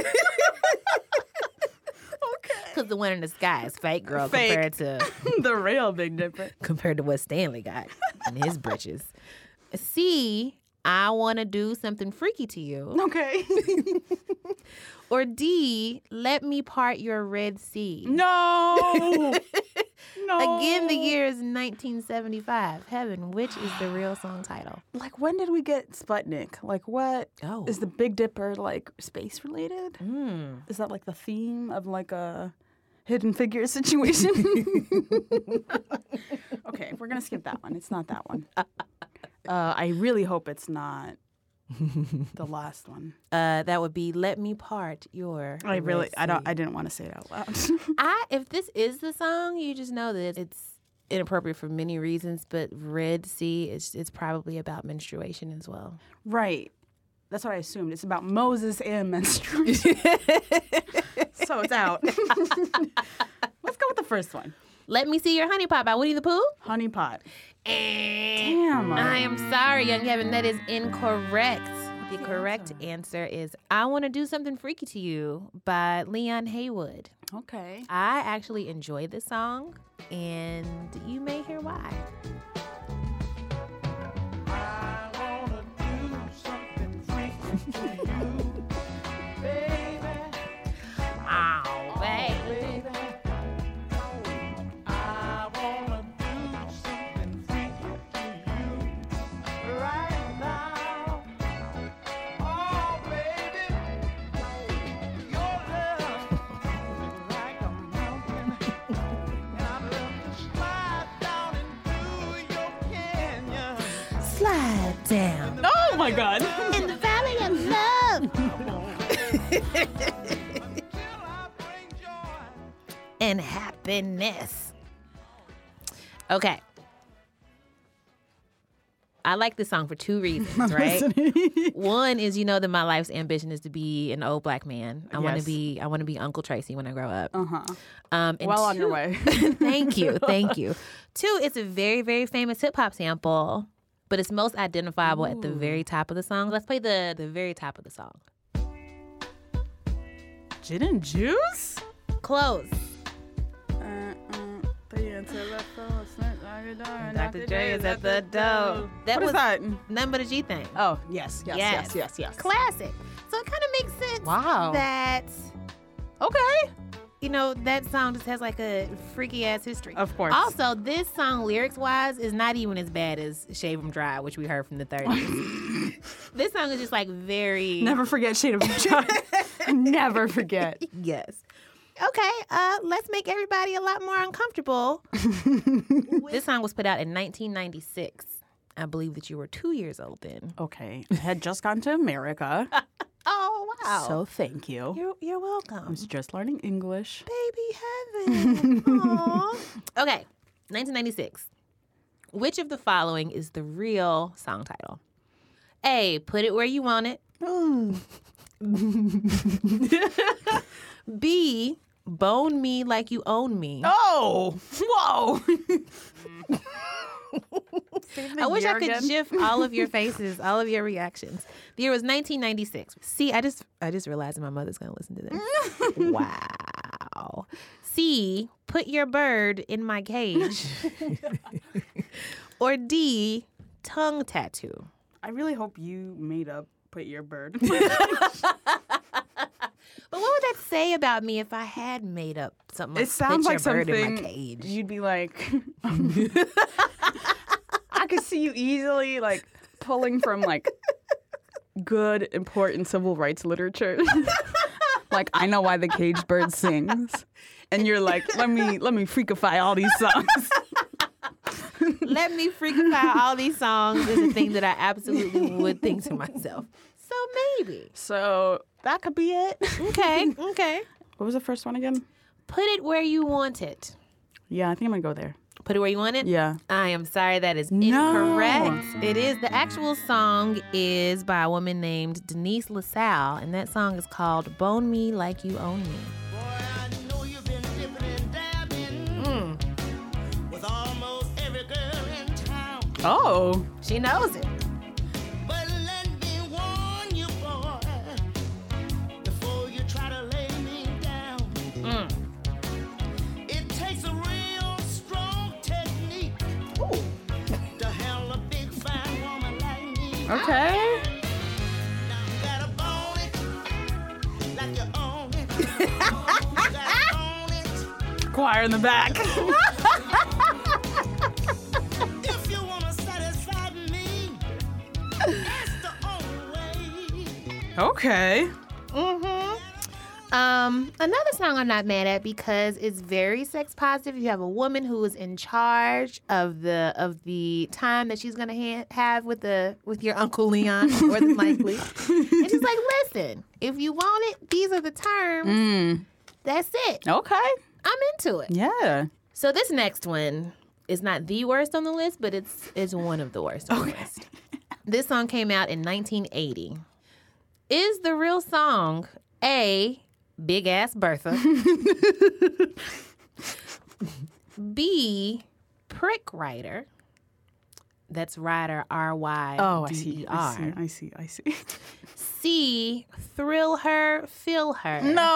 because the one in the sky is fake, girl, Fake. compared to the real Big Dipper. compared to what Stanley got in his britches. C, I want to do something freaky to you. Okay. Or D, let me part your Red Sea. no. no. Again, the year is 1975. Heaven, which is the real song title? Like, when did we get Sputnik? Like, what is Oh. the Big Dipper like space related? Is that like the theme of like a hidden figure situation? okay, we're gonna skip that one. It's not that one. Uh, I really hope it's not the last one. Uh, that would be "Let Me Part Your." I really, Red I don't, Sea." I didn't want to say it out loud. I if this is the song, you just know that it's inappropriate for many reasons. But Red Sea is it's probably about menstruation as well. right. That's what I assumed. It's about Moses and menstruation. so it's out. Let's go with the first one. Let me see your honey pot by Winnie the Pooh. Honey pot. Eh, Damn. I am sorry, young heaven. That is incorrect. The correct answer is "I Want to Do Something Freaky to You" by Leon Haywood. Okay. I actually enjoy this song, and you may hear why. Ow, baby. Oh, Slide down Oh my god. in the valley of love and happiness. Okay. I like this song for two reasons, right? One is you know that my life's ambition is to be an old black man. I want to Yes. be I want to be Uncle Tracy when I grow up. Uh huh. Um, and Well on your two- way. thank you, thank you. Two, it's a very very famous hip hop sample, but it's most identifiable at the very top of the song. Let's play the the very top of the song. Gin and juice? Close. Dr. That What was is that? none but a G thing. Oh, yes, yes, yes, yes, yes. Classic. So it kind of makes sense Wow. that Okay. you know that song just has like a freaky ass history. Of course. Also, this song lyrics wise is not even as bad as Shave 'Em Dry, which we heard from the 30s. this song is just like very Never forget Shade of John. Never forget. Yes. Okay, uh, let's make everybody a lot more uncomfortable. this song was put out in 1996. I believe that you were two years old then. Okay. I had just gone to America. Oh, wow. So thank you. you're, you're I welcome. was just learning English. Baby heaven. Aw. okay, 1996. Which of the following is the real song title? A. Put it where you want it. Hmm. B. Bone me like you own me. Oh, whoa. I wish I could shift all of your faces, all of your reactions. The year was 1996. See, I just I just realized my mother's gonna listen to this. wow. C, put your bird in my cage. or D, tongue tattoo. I really hope you made up Put Your Bird. But what would that say about me if I had made up something? It sounds put like your something bird in my cage. you'd be like. I could see you easily like pulling from like good, important civil rights literature. like I know why the caged bird sings, and you're like, let me let me freakify all these songs. Let me freakify all these songs is a thing that I absolutely would think to myself. So maybe. so that could be it. Okay, okay. What was the first one again? Put it where you want it. Yeah, I think I'm gonna go there. Put it where you want it? Yeah. I am sorry, that is No. incorrect. It is. The actual song is by a woman named Denise LaSalle, and that song is called Bone Me Like You Own Me. With almost every girl in town. Oh, She knows it. But let me warn you, boy, before you try to lay me down. Okay. Now you gotta own it like you own it. You gotta own it. Choir in the back. If you wanna satisfy me, that's the only way. okay. Um, another song I'm not mad at because it's very sex positive. You have a woman who is in charge of the of the time that she's gonna ha- have with the with your uncle Leon, more than likely. and she's like, "Listen, if you want it, these are the terms. That's it. Okay. I'm into it." Yeah. So this next one is not the worst on the list, but it's it's one of the worst on the list. This song came out in 1980. Is the real song A Big Ass Bertha? B Prick Rider. That's Rider R Y Oh, I D see. E I see. R. I see. I see. C Thrill Her, Feel Her. No.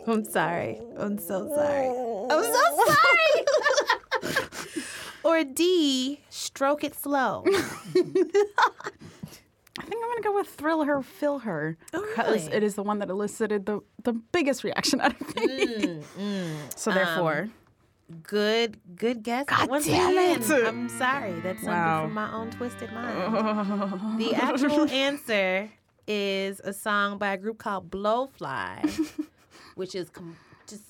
I'm sorry. I'm so sorry. I'm so sorry. or D, stroke it slow. I think I'm gonna go with Thrill Her, Fill Her. Because Oh, really? it is the one that elicited the, the biggest reaction out of me. Mm, Um, So therefore, Good, good guess. God damn it. I'm sorry. That's something Wow. from my own twisted mind. the actual answer is a song by a group called Blowfly, which is com- just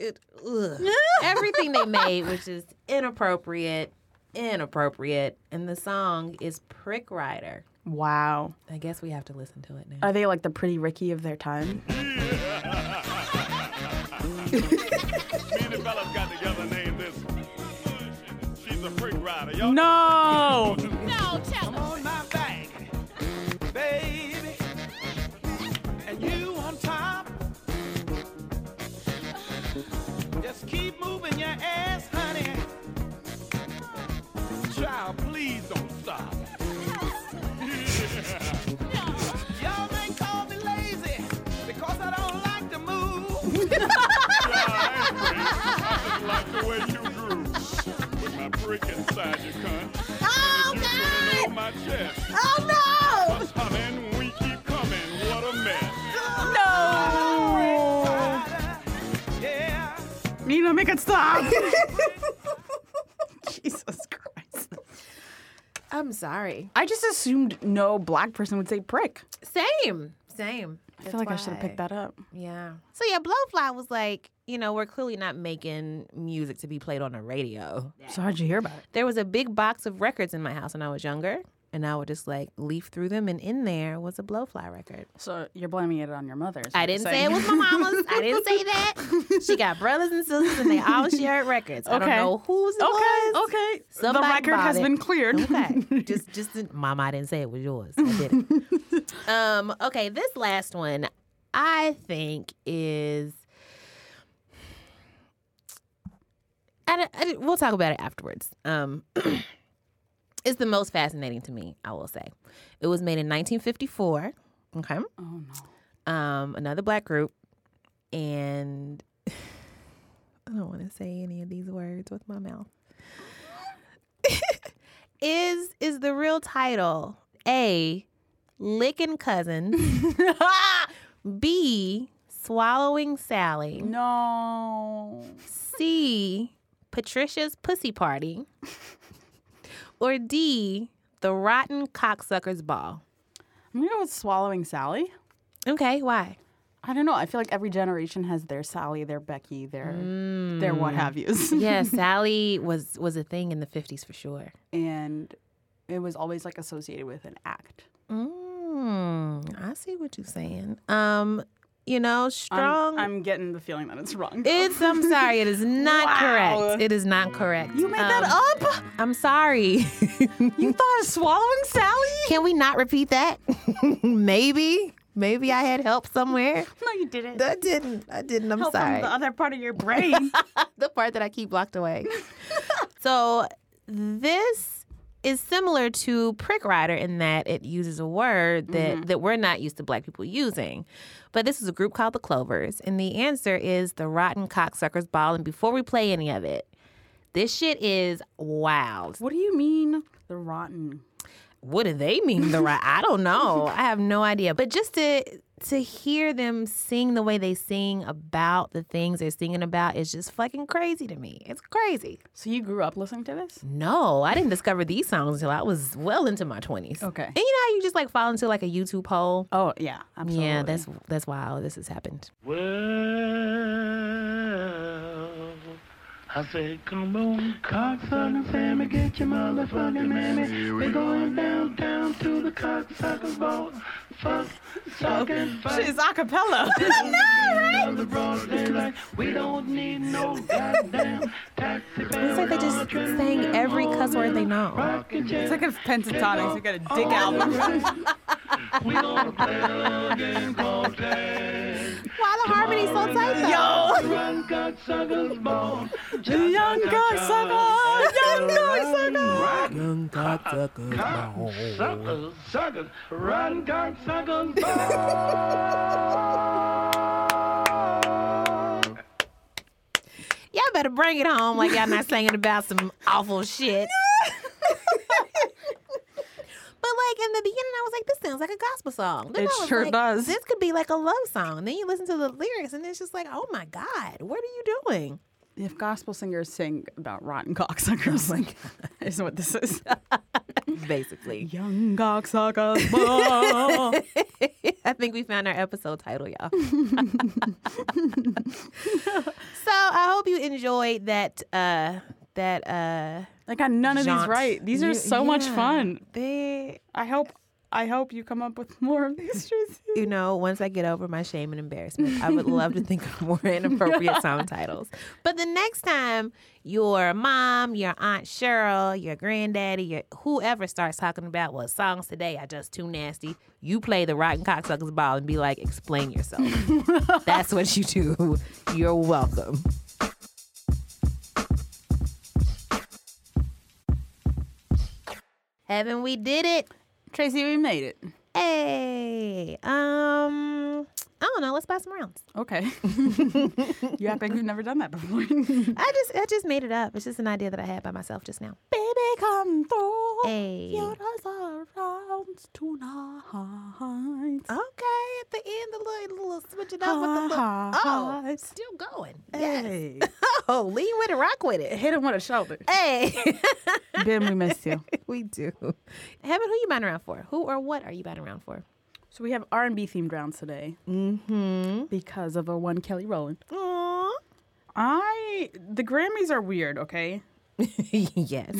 it, ugh. everything they made, which is inappropriate, inappropriate, and the song is Prick Rider. wow. I guess we have to listen to it now. Are they like the pretty Ricky of their time? Me and the fellas got together named this. She's a freak rider. Y'all No. on my back, baby. And you on top. Just keep moving your ass, honey. Child, please don't stop. Y'all may call me lazy because I don't like to move. I just like the way you groove. Put my brick inside your cunt. Oh You put it on my chest. Oh no! Coming, we keep coming. What a mess. No. Yeah. Nina, make it stop. Jesus Christ. I'm sorry. I just assumed no black person would say prick. Same, same. I feel like I should have picked that up. Yeah. So yeah, Blowfly was like, you know, we're clearly not making music to be played on the radio. So how'd you hear about it? There was a big box of records in my house when I was younger, and I would just like leaf through them, and in there was a Blowfly record. So you're blaming it on your mother. is I what you're didn't say saying. it was my mama's. I didn't say that. She got brothers and sisters, and they all shared records. I Okay. don't know whose it was. Okay. Okay. Somebody the record bought has it. been cleared. Okay. just just didn't- mama, I didn't say it was yours. I did it. um, okay, this last one I think is I, don't- I, don't- we'll talk about it afterwards. Um it's the most fascinating to me, I will say. It was made in 1954. Okay. Oh Um, another black group. And I don't want to say any of these words with my mouth. is is the real title A Lickin' Cousins B Swallowing Sally no. C Patricia's Pussy Party or D The Rotten Cocksucker's Ball. I'm gonna go with swallowing Sally. Okay, why? I don't know. I feel like every generation has their Sally, their Becky, their their what have yous. Yeah, Sally was was a thing in the 50s for sure. And it was always like associated with an act. Mm, I see what you're saying. Um, you know, strong. I'm, I'm getting the feeling that it's wrong. it's. I'm sorry. It is not Wow. correct. It is not correct. you made that Um, up? I'm sorry. You thought of swallowing Sally? Can we not repeat that? maybe. Maybe I had help somewhere. No, you didn't. I didn't. I didn't. I'm Help from sorry. the other part of your brain. the part that I keep blocked away. so this is similar to Prick Rider in that it uses a word that, that we're not used to black people using. But this is a group called the Clovers, and the answer is the Rotten Cocksuckers Ball. And before we play any of it, this shit is wild. what do you mean The rotten. what do they mean the right i don't know i have no idea but just to to hear them sing the way they sing about the things they're singing about is just fucking crazy to me it's crazy So you grew up listening to this? no i didn't discover these songs until i was well into my 20s Okay. and you know how you just like fall into like a youtube hole Oh yeah, absolutely. yeah that's that's wild this has happened Well, I said, come on, cocksucker Sammy, get your motherfucking mammy. We're going down, down to the cocksucker ball. Fuck, suck, and fight. She's a cappella. on the broad daylight. We don't need no goddamn taxi. it's like they just sang every cuss word they know it's like if Pentatonics, you got a dick album. We gonna play a little game called tag. why the harmony's so tight though Run, cocksucker's ball. Young cocksucker, young cocksucker. Young cocksuckers, suckers, suckers, run cocksuckers, y'all better bring it home like y'all not singing about some awful shit. but like in the beginning, I was like, this sounds like a gospel song. Then It I was sure like, does. This could be like a love song. Then you listen to the lyrics, and it's just like, oh my god, what are you doing? If gospel singers sing about rotten cocksuckers, like, is what this is. Basically, young cocksuckers. ball. I think we found our episode title, y'all. so I hope you enjoyed that. Uh, that uh, I got none of these Jaunt. right. These are You- so much yeah. fun. they I hope. I hope you come up with more of these choices. you know, once I get over my shame and embarrassment, I would love to think of more inappropriate song titles. But the next time your mom, your aunt Cheryl, your granddaddy, your whoever starts talking about well songs today are just too nasty, you play the rotten cocksuckers ball and be like, explain yourself. That's what you do. You're welcome. Haven't we did it? Tracy, we made it. Hey, um, I don't know. Let's buy some rounds. Okay. you act like you've never done that before. I just, I just made it up. It's just an idea that I had by myself just now. Baby, come through. Hey. Your eyes are round tonight. Okay, at the end, the little, little switch it up Ah, with the Ha, little- ha, oh, it's- still going. Yes. Hey. Oh, lean with it, rock with it. Hit him with a shoulder. Hey, Ben, we miss you. we do. Heaven, who you buying around for? Who or what are you buying around for? So we have R&B themed rounds today Mm-hmm. because of a one Kelly Rowland. Aww. I the Grammys are weird, okay? yes,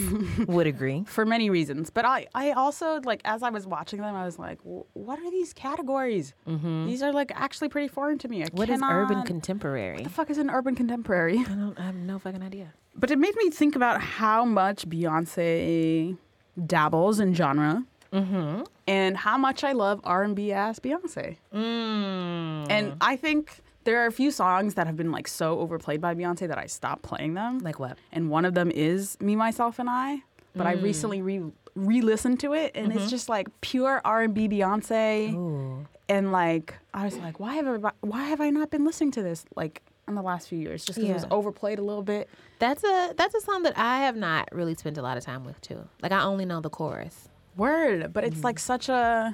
would agree. For many reasons, but I I also like as I was watching them, I was like, "Wh- what are these categories? These are like actually pretty foreign to me. I Mm-hmm. What is cannot... urban contemporary? The fuck is an urban contemporary? I don't. I have no fucking idea. But it made me think about how much Beyonce dabbles in genre, Mm-hmm. and how much I love R and B ass Beyonce. Mm. And I think there are a few songs that have been like so overplayed by Beyonce that I stopped playing them. Like what? And one of them is "Me, Myself, and I." But I recently re re listened to it, and it's just like pure R and B Beyonce. And like I was like, why have I, why have I not been listening to this like in the last few years? Just because it was Yeah. overplayed a little bit. That's a that's a song that I have not really spent a lot of time with too. Like I only know the chorus. Word, but it's like such a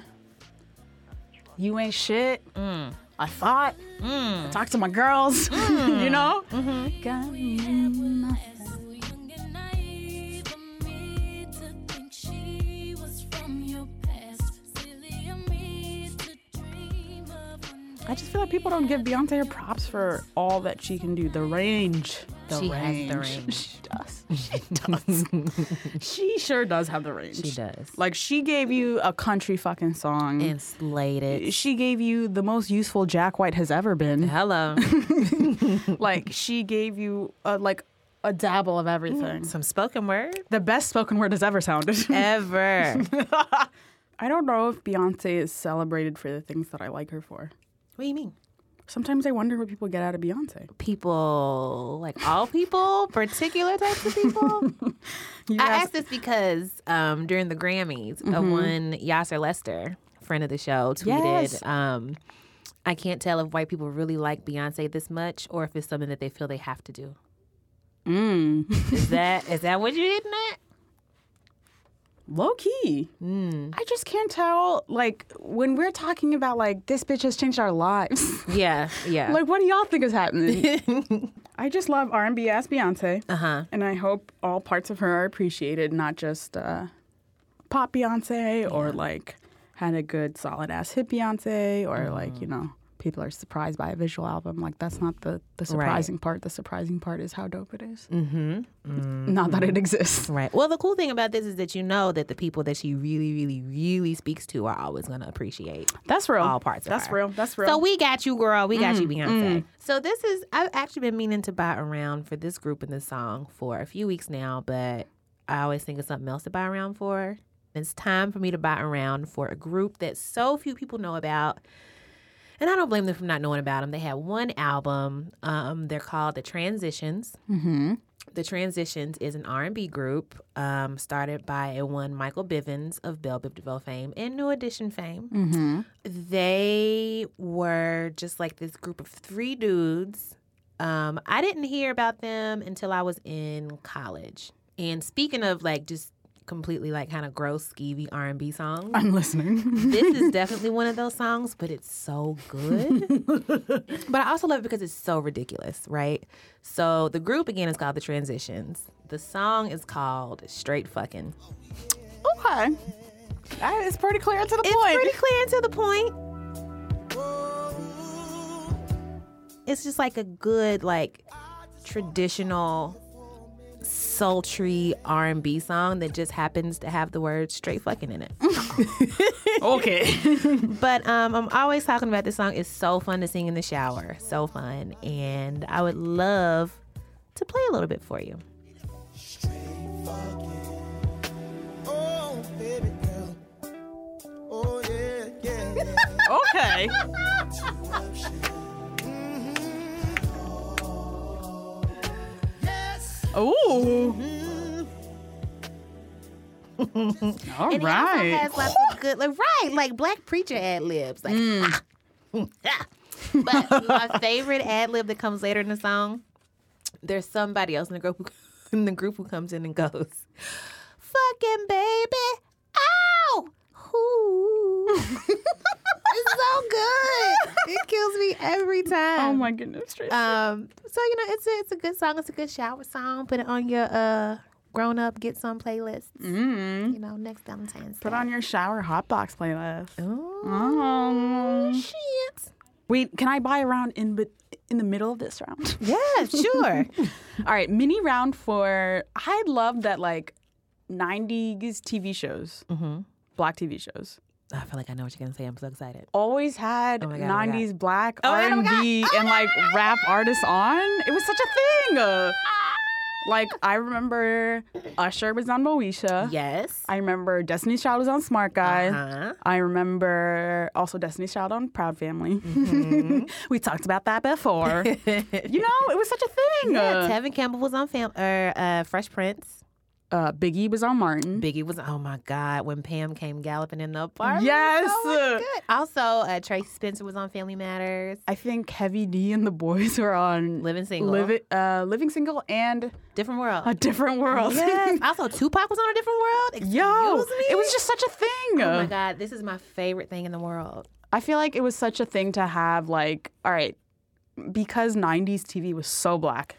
you ain't shit. I thought. I talked to my girls. you know. Got me. I just feel like people don't give Beyonce her props for all that she can do. The range. The She has range. the range. She does. She does. she sure does have the range. She does. Like she gave you a country fucking song. And slayed it. she gave you the most useful Jack White has ever been. Hello. like she gave you a, like a dabble of everything. Some spoken word The best spoken word has ever sounded. ever. what I don't know if Beyonce is celebrated for the things that I like her for. do you mean? Sometimes I wonder what people get out of Beyonce. People like all people, particular types of people. You I ask- asked this because um, during the Grammys, uh, Mm-hmm. one Yasser Lester, friend of the show, tweeted, Yes. um, "I can't tell if white people really like Beyonce this much, or if it's something that they feel they have to do." Mm. Is that is that what you're hitting at? low key. I just can't tell. Like when we're talking about like this bitch has changed our lives. Yeah, yeah. like what do y'all think is happening? I just love R and B as Beyonce, Uh-huh. and I hope all parts of her are appreciated, not just uh, pop Beyonce or like had a good solid ass hit Beyonce or like you know. People are surprised by a visual album. Like that's not the, the surprising part. The surprising part is how dope it is. Mm-hmm. Not that it exists. Right. Well, the cool thing about this is that you know that the people that she really, really, really speaks to are always going to appreciate That's real. all parts of That's her. real. That's real. So we got you, girl. We got you, Beyonce. Mm, So this is I've actually been meaning to buy around for this group and this song for a few weeks now, but I always think of something else to buy around for. It's time for me to buy around for a group that so few people know about. And I don't blame them for not knowing about them. They had one album. Um, they're called The Transitions. Mm-hmm. The Transitions is an R&B group um, started by a one Michael Bivins of Bell Biv DeVoe fame and New Edition fame. They were just like this group of three dudes. Um, I didn't hear about them until I was in college. And speaking of like just completely like kind of gross, skeevy R&B songs I'm listening. this is definitely one of those songs, but it's so good. but I also love it because it's so ridiculous, right? So the group again is called The Transitions. The song is called Straight Fucking. Okay. That is pretty clear to the It's point. pretty clear and to the point. It's just like a good, like traditional, sultry R and B song that just happens to have the word straight fucking in it. okay. But um, I'm always talking about this song. It's so fun to sing in the shower. So fun. And I would love to play a little bit for you. Oh, baby girl. Oh, yeah, yeah, yeah. okay. Ooh. All And right. it also has lots of good, like, right, like black preacher ad libs. Like, ah. but my favorite ad lib that comes later in the song, there's somebody else in the group who, in the group who comes in and goes, "Fucking baby, ow, Ooh." it's so good. It kills me every time. oh my goodness. Tracy. Um, so you know, it's a, it's a good song. It's a good shower song. Put it on your uh grown up get some playlist. You know, next Valentine's. Put on your shower hot box playlist. Oh Um, shit! wait, can I buy a round in but in the middle of this round? Yeah, sure. All right, mini round for I love that like 90s TV shows. Mhm. Black TV shows. I feel like I know what you're gonna say. I'm so excited. always had Oh my God, oh my God. 90s black Oh my God, oh my R&B God. Oh and my Ah. like rap artists on. It was such a thing. Uh, like I remember Usher was on Moesha. Yes. I remember Destiny's Child was on Smart Guy. Uh-huh. I remember also Destiny's Child on Proud Family. Mm-hmm. we talked about that before. you know, it was such a thing. Yeah, Uh, Tevin Campbell was on Fam or uh, Fresh Prince. uh, Biggie was on Martin. Biggie was. Oh my God! When Pam came galloping in the apartment. Yes. Oh my God. Also, uh, Tracy Spencer was on Family Matters. I think Heavy D and the boys were on Living Single. Livi- uh, Living Single and Different world. A Different World. Yes. also, Tupac was on a different world. Excuse Yo, Uh. me. it was just such a thing. Oh my god, this is my favorite thing in the world. I feel like it was such a thing to have, like, all right, because 90s TV was so black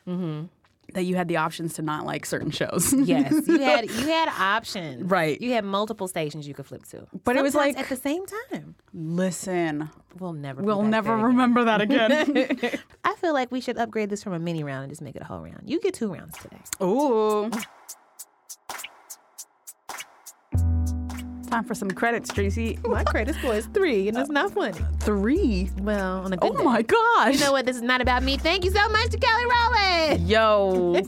that you had the options to not like certain shows. Mm-hmm. Yes, you had you had options. Right. You had multiple stations you could flip to. But it was Sometimes like- at the same time. Listen, We'll never. be we'll back never there again. remember that again. I feel like we should upgrade this from a mini round and just make it a whole round. You get two rounds today. Ooh. Time for some credits, Tracy. My credit score is three, and it's not funny. Three. Well, on a good Oh day. my gosh. You know what? This is not about me. Thank you so much to Kelly Rowland. Yo.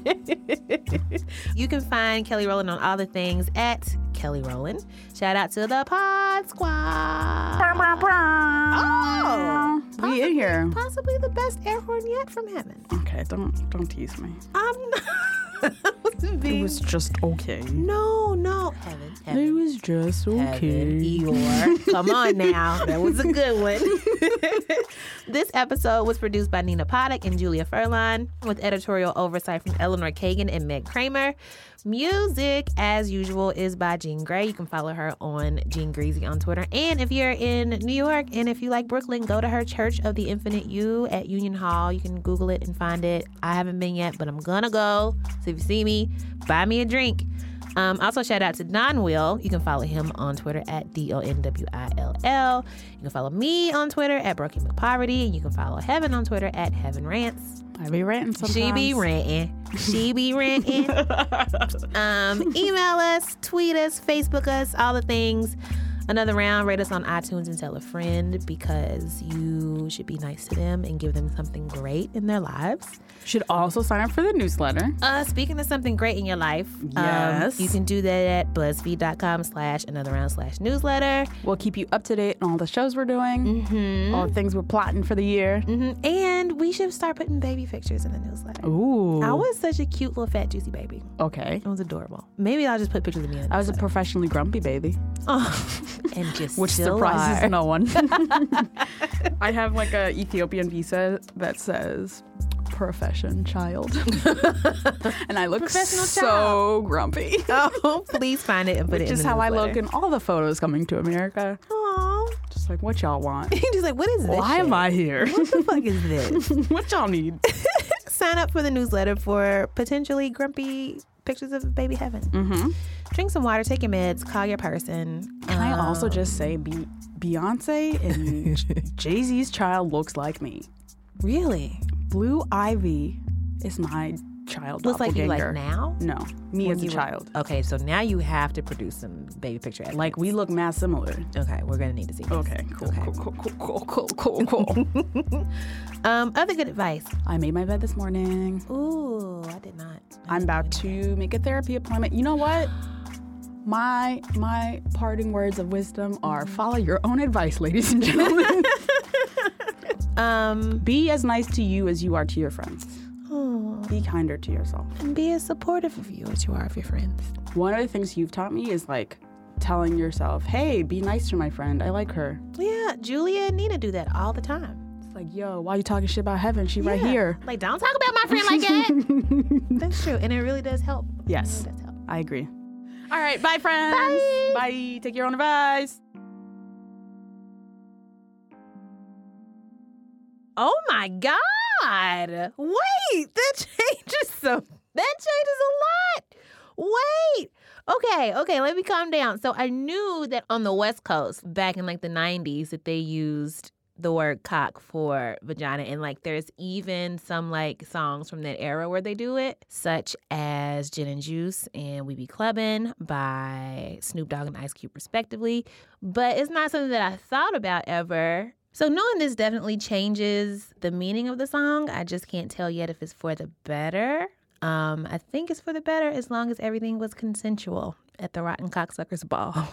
You can find Kelly Rowland on all the things at Kelly Rowland. Shout out to the Pod Squad. oh. We in here. Possibly the best air horn yet from heaven. Okay, don't don't tease me. Um, I was supposed to be. just okay. no, no. Heaven, heaven. was just Heaven, Eeyore. Come on now. That was a good one. this episode was produced by Nina Paddock and Julia Furlan, with editorial oversight from Eleanor Kagan and Meg Kramer. Music, as usual, is by Jean Grey. You can follow her on Jean Greasy on Twitter. And if you're in New York and if you like Brooklyn, go to her Church of the Infinite You at Union Hall. You can Google it and find it. I haven't been yet, but I'm gonna go. So if you see me, buy me a drink. Um, also, shout out to Don Will. You can follow him on Twitter at D O N W I L L. You can follow me on Twitter at Broken McPoverty. And you can follow Heaven on Twitter at Heaven Rants. I be ranting sometimes. She be ranting. She be ranting. um, email us, tweet us, Facebook us, all the things. Another round, rate us on iTunes and tell a friend because you should be nice to them and give them something great in their lives. Should also sign up for the newsletter. Uh, speaking of something great in your life, um, Yes. you can do that at buzzfeed.com slash another round slash newsletter. We'll keep you up to date on all the shows we're doing, Mm-hmm. all the things we're plotting for the year. Mhm. And we should start putting baby pictures in the newsletter. Mm-hmm. Ooh. I was such a cute little fat juicy baby. okay. It was adorable. Maybe I'll just put pictures of me. in I was a it. professionally grumpy baby, Oh, and just which still surprises are. no one. I have like a Ethiopian visa that says profession child, and I look Professional so grumpy. Oh, please find it and put it Which in is the how I look newsletter. in all the photos coming to America. Aw. Just like what y'all want. He's just like, what is this? Why am shit? I here? What the fuck is this? what y'all need? Sign up for the newsletter for potentially grumpy pictures of baby heaven. Mm-hmm. Drink some water, take your meds, call your person. Can I also Um, just say, Be- Beyonce and Jay Z's child looks like me. really Blue Ivy is my child. looks like you like doppelganger. now? No, me When as a you were- child. Okay, so now you have to produce some baby picture. Evidence. Like we look mass similar. okay, we're gonna need to see. this. Okay, cool, Okay. cool, cool, cool, cool, cool, cool, cool. Um, other good advice. I made my bed this morning. Ooh, I did not. I'm about to make a therapy appointment. You know what? My my parting words of wisdom are follow your own advice, ladies and gentlemen. Um, Be as nice to you as you are to your friends. oh, Be kinder to yourself. and be as supportive of you as you are of your friends. One of the things you've taught me is like telling yourself, "Hey, be nice to my friend. I like her." Yeah, Julia and Nina do that all the time. It's like, "Yo, why you talking shit about heaven? She right Yeah. here." Like, don't talk about my friend like that. That's true, and it really does help. Yes, It does help. I agree. All right, bye friends. Bye. bye. Take your own advice. Oh my God! Wait, that changes some. That changes a lot. Wait. Okay, okay, let me calm down. So I knew that on the West Coast, back in like the 90s, that they used the word cock for vagina. And like there's even some like songs from that era where they do it, such as Gin and Juice and We Be Clubbin' by Snoop Dogg and Ice Cube, respectively. But it's not something that I thought about ever. So knowing this definitely changes the meaning of the song. I just can't tell yet if it's for the better. Um, I think it's for the better as long as everything was consensual at the Rotten Cocksuckers Ball.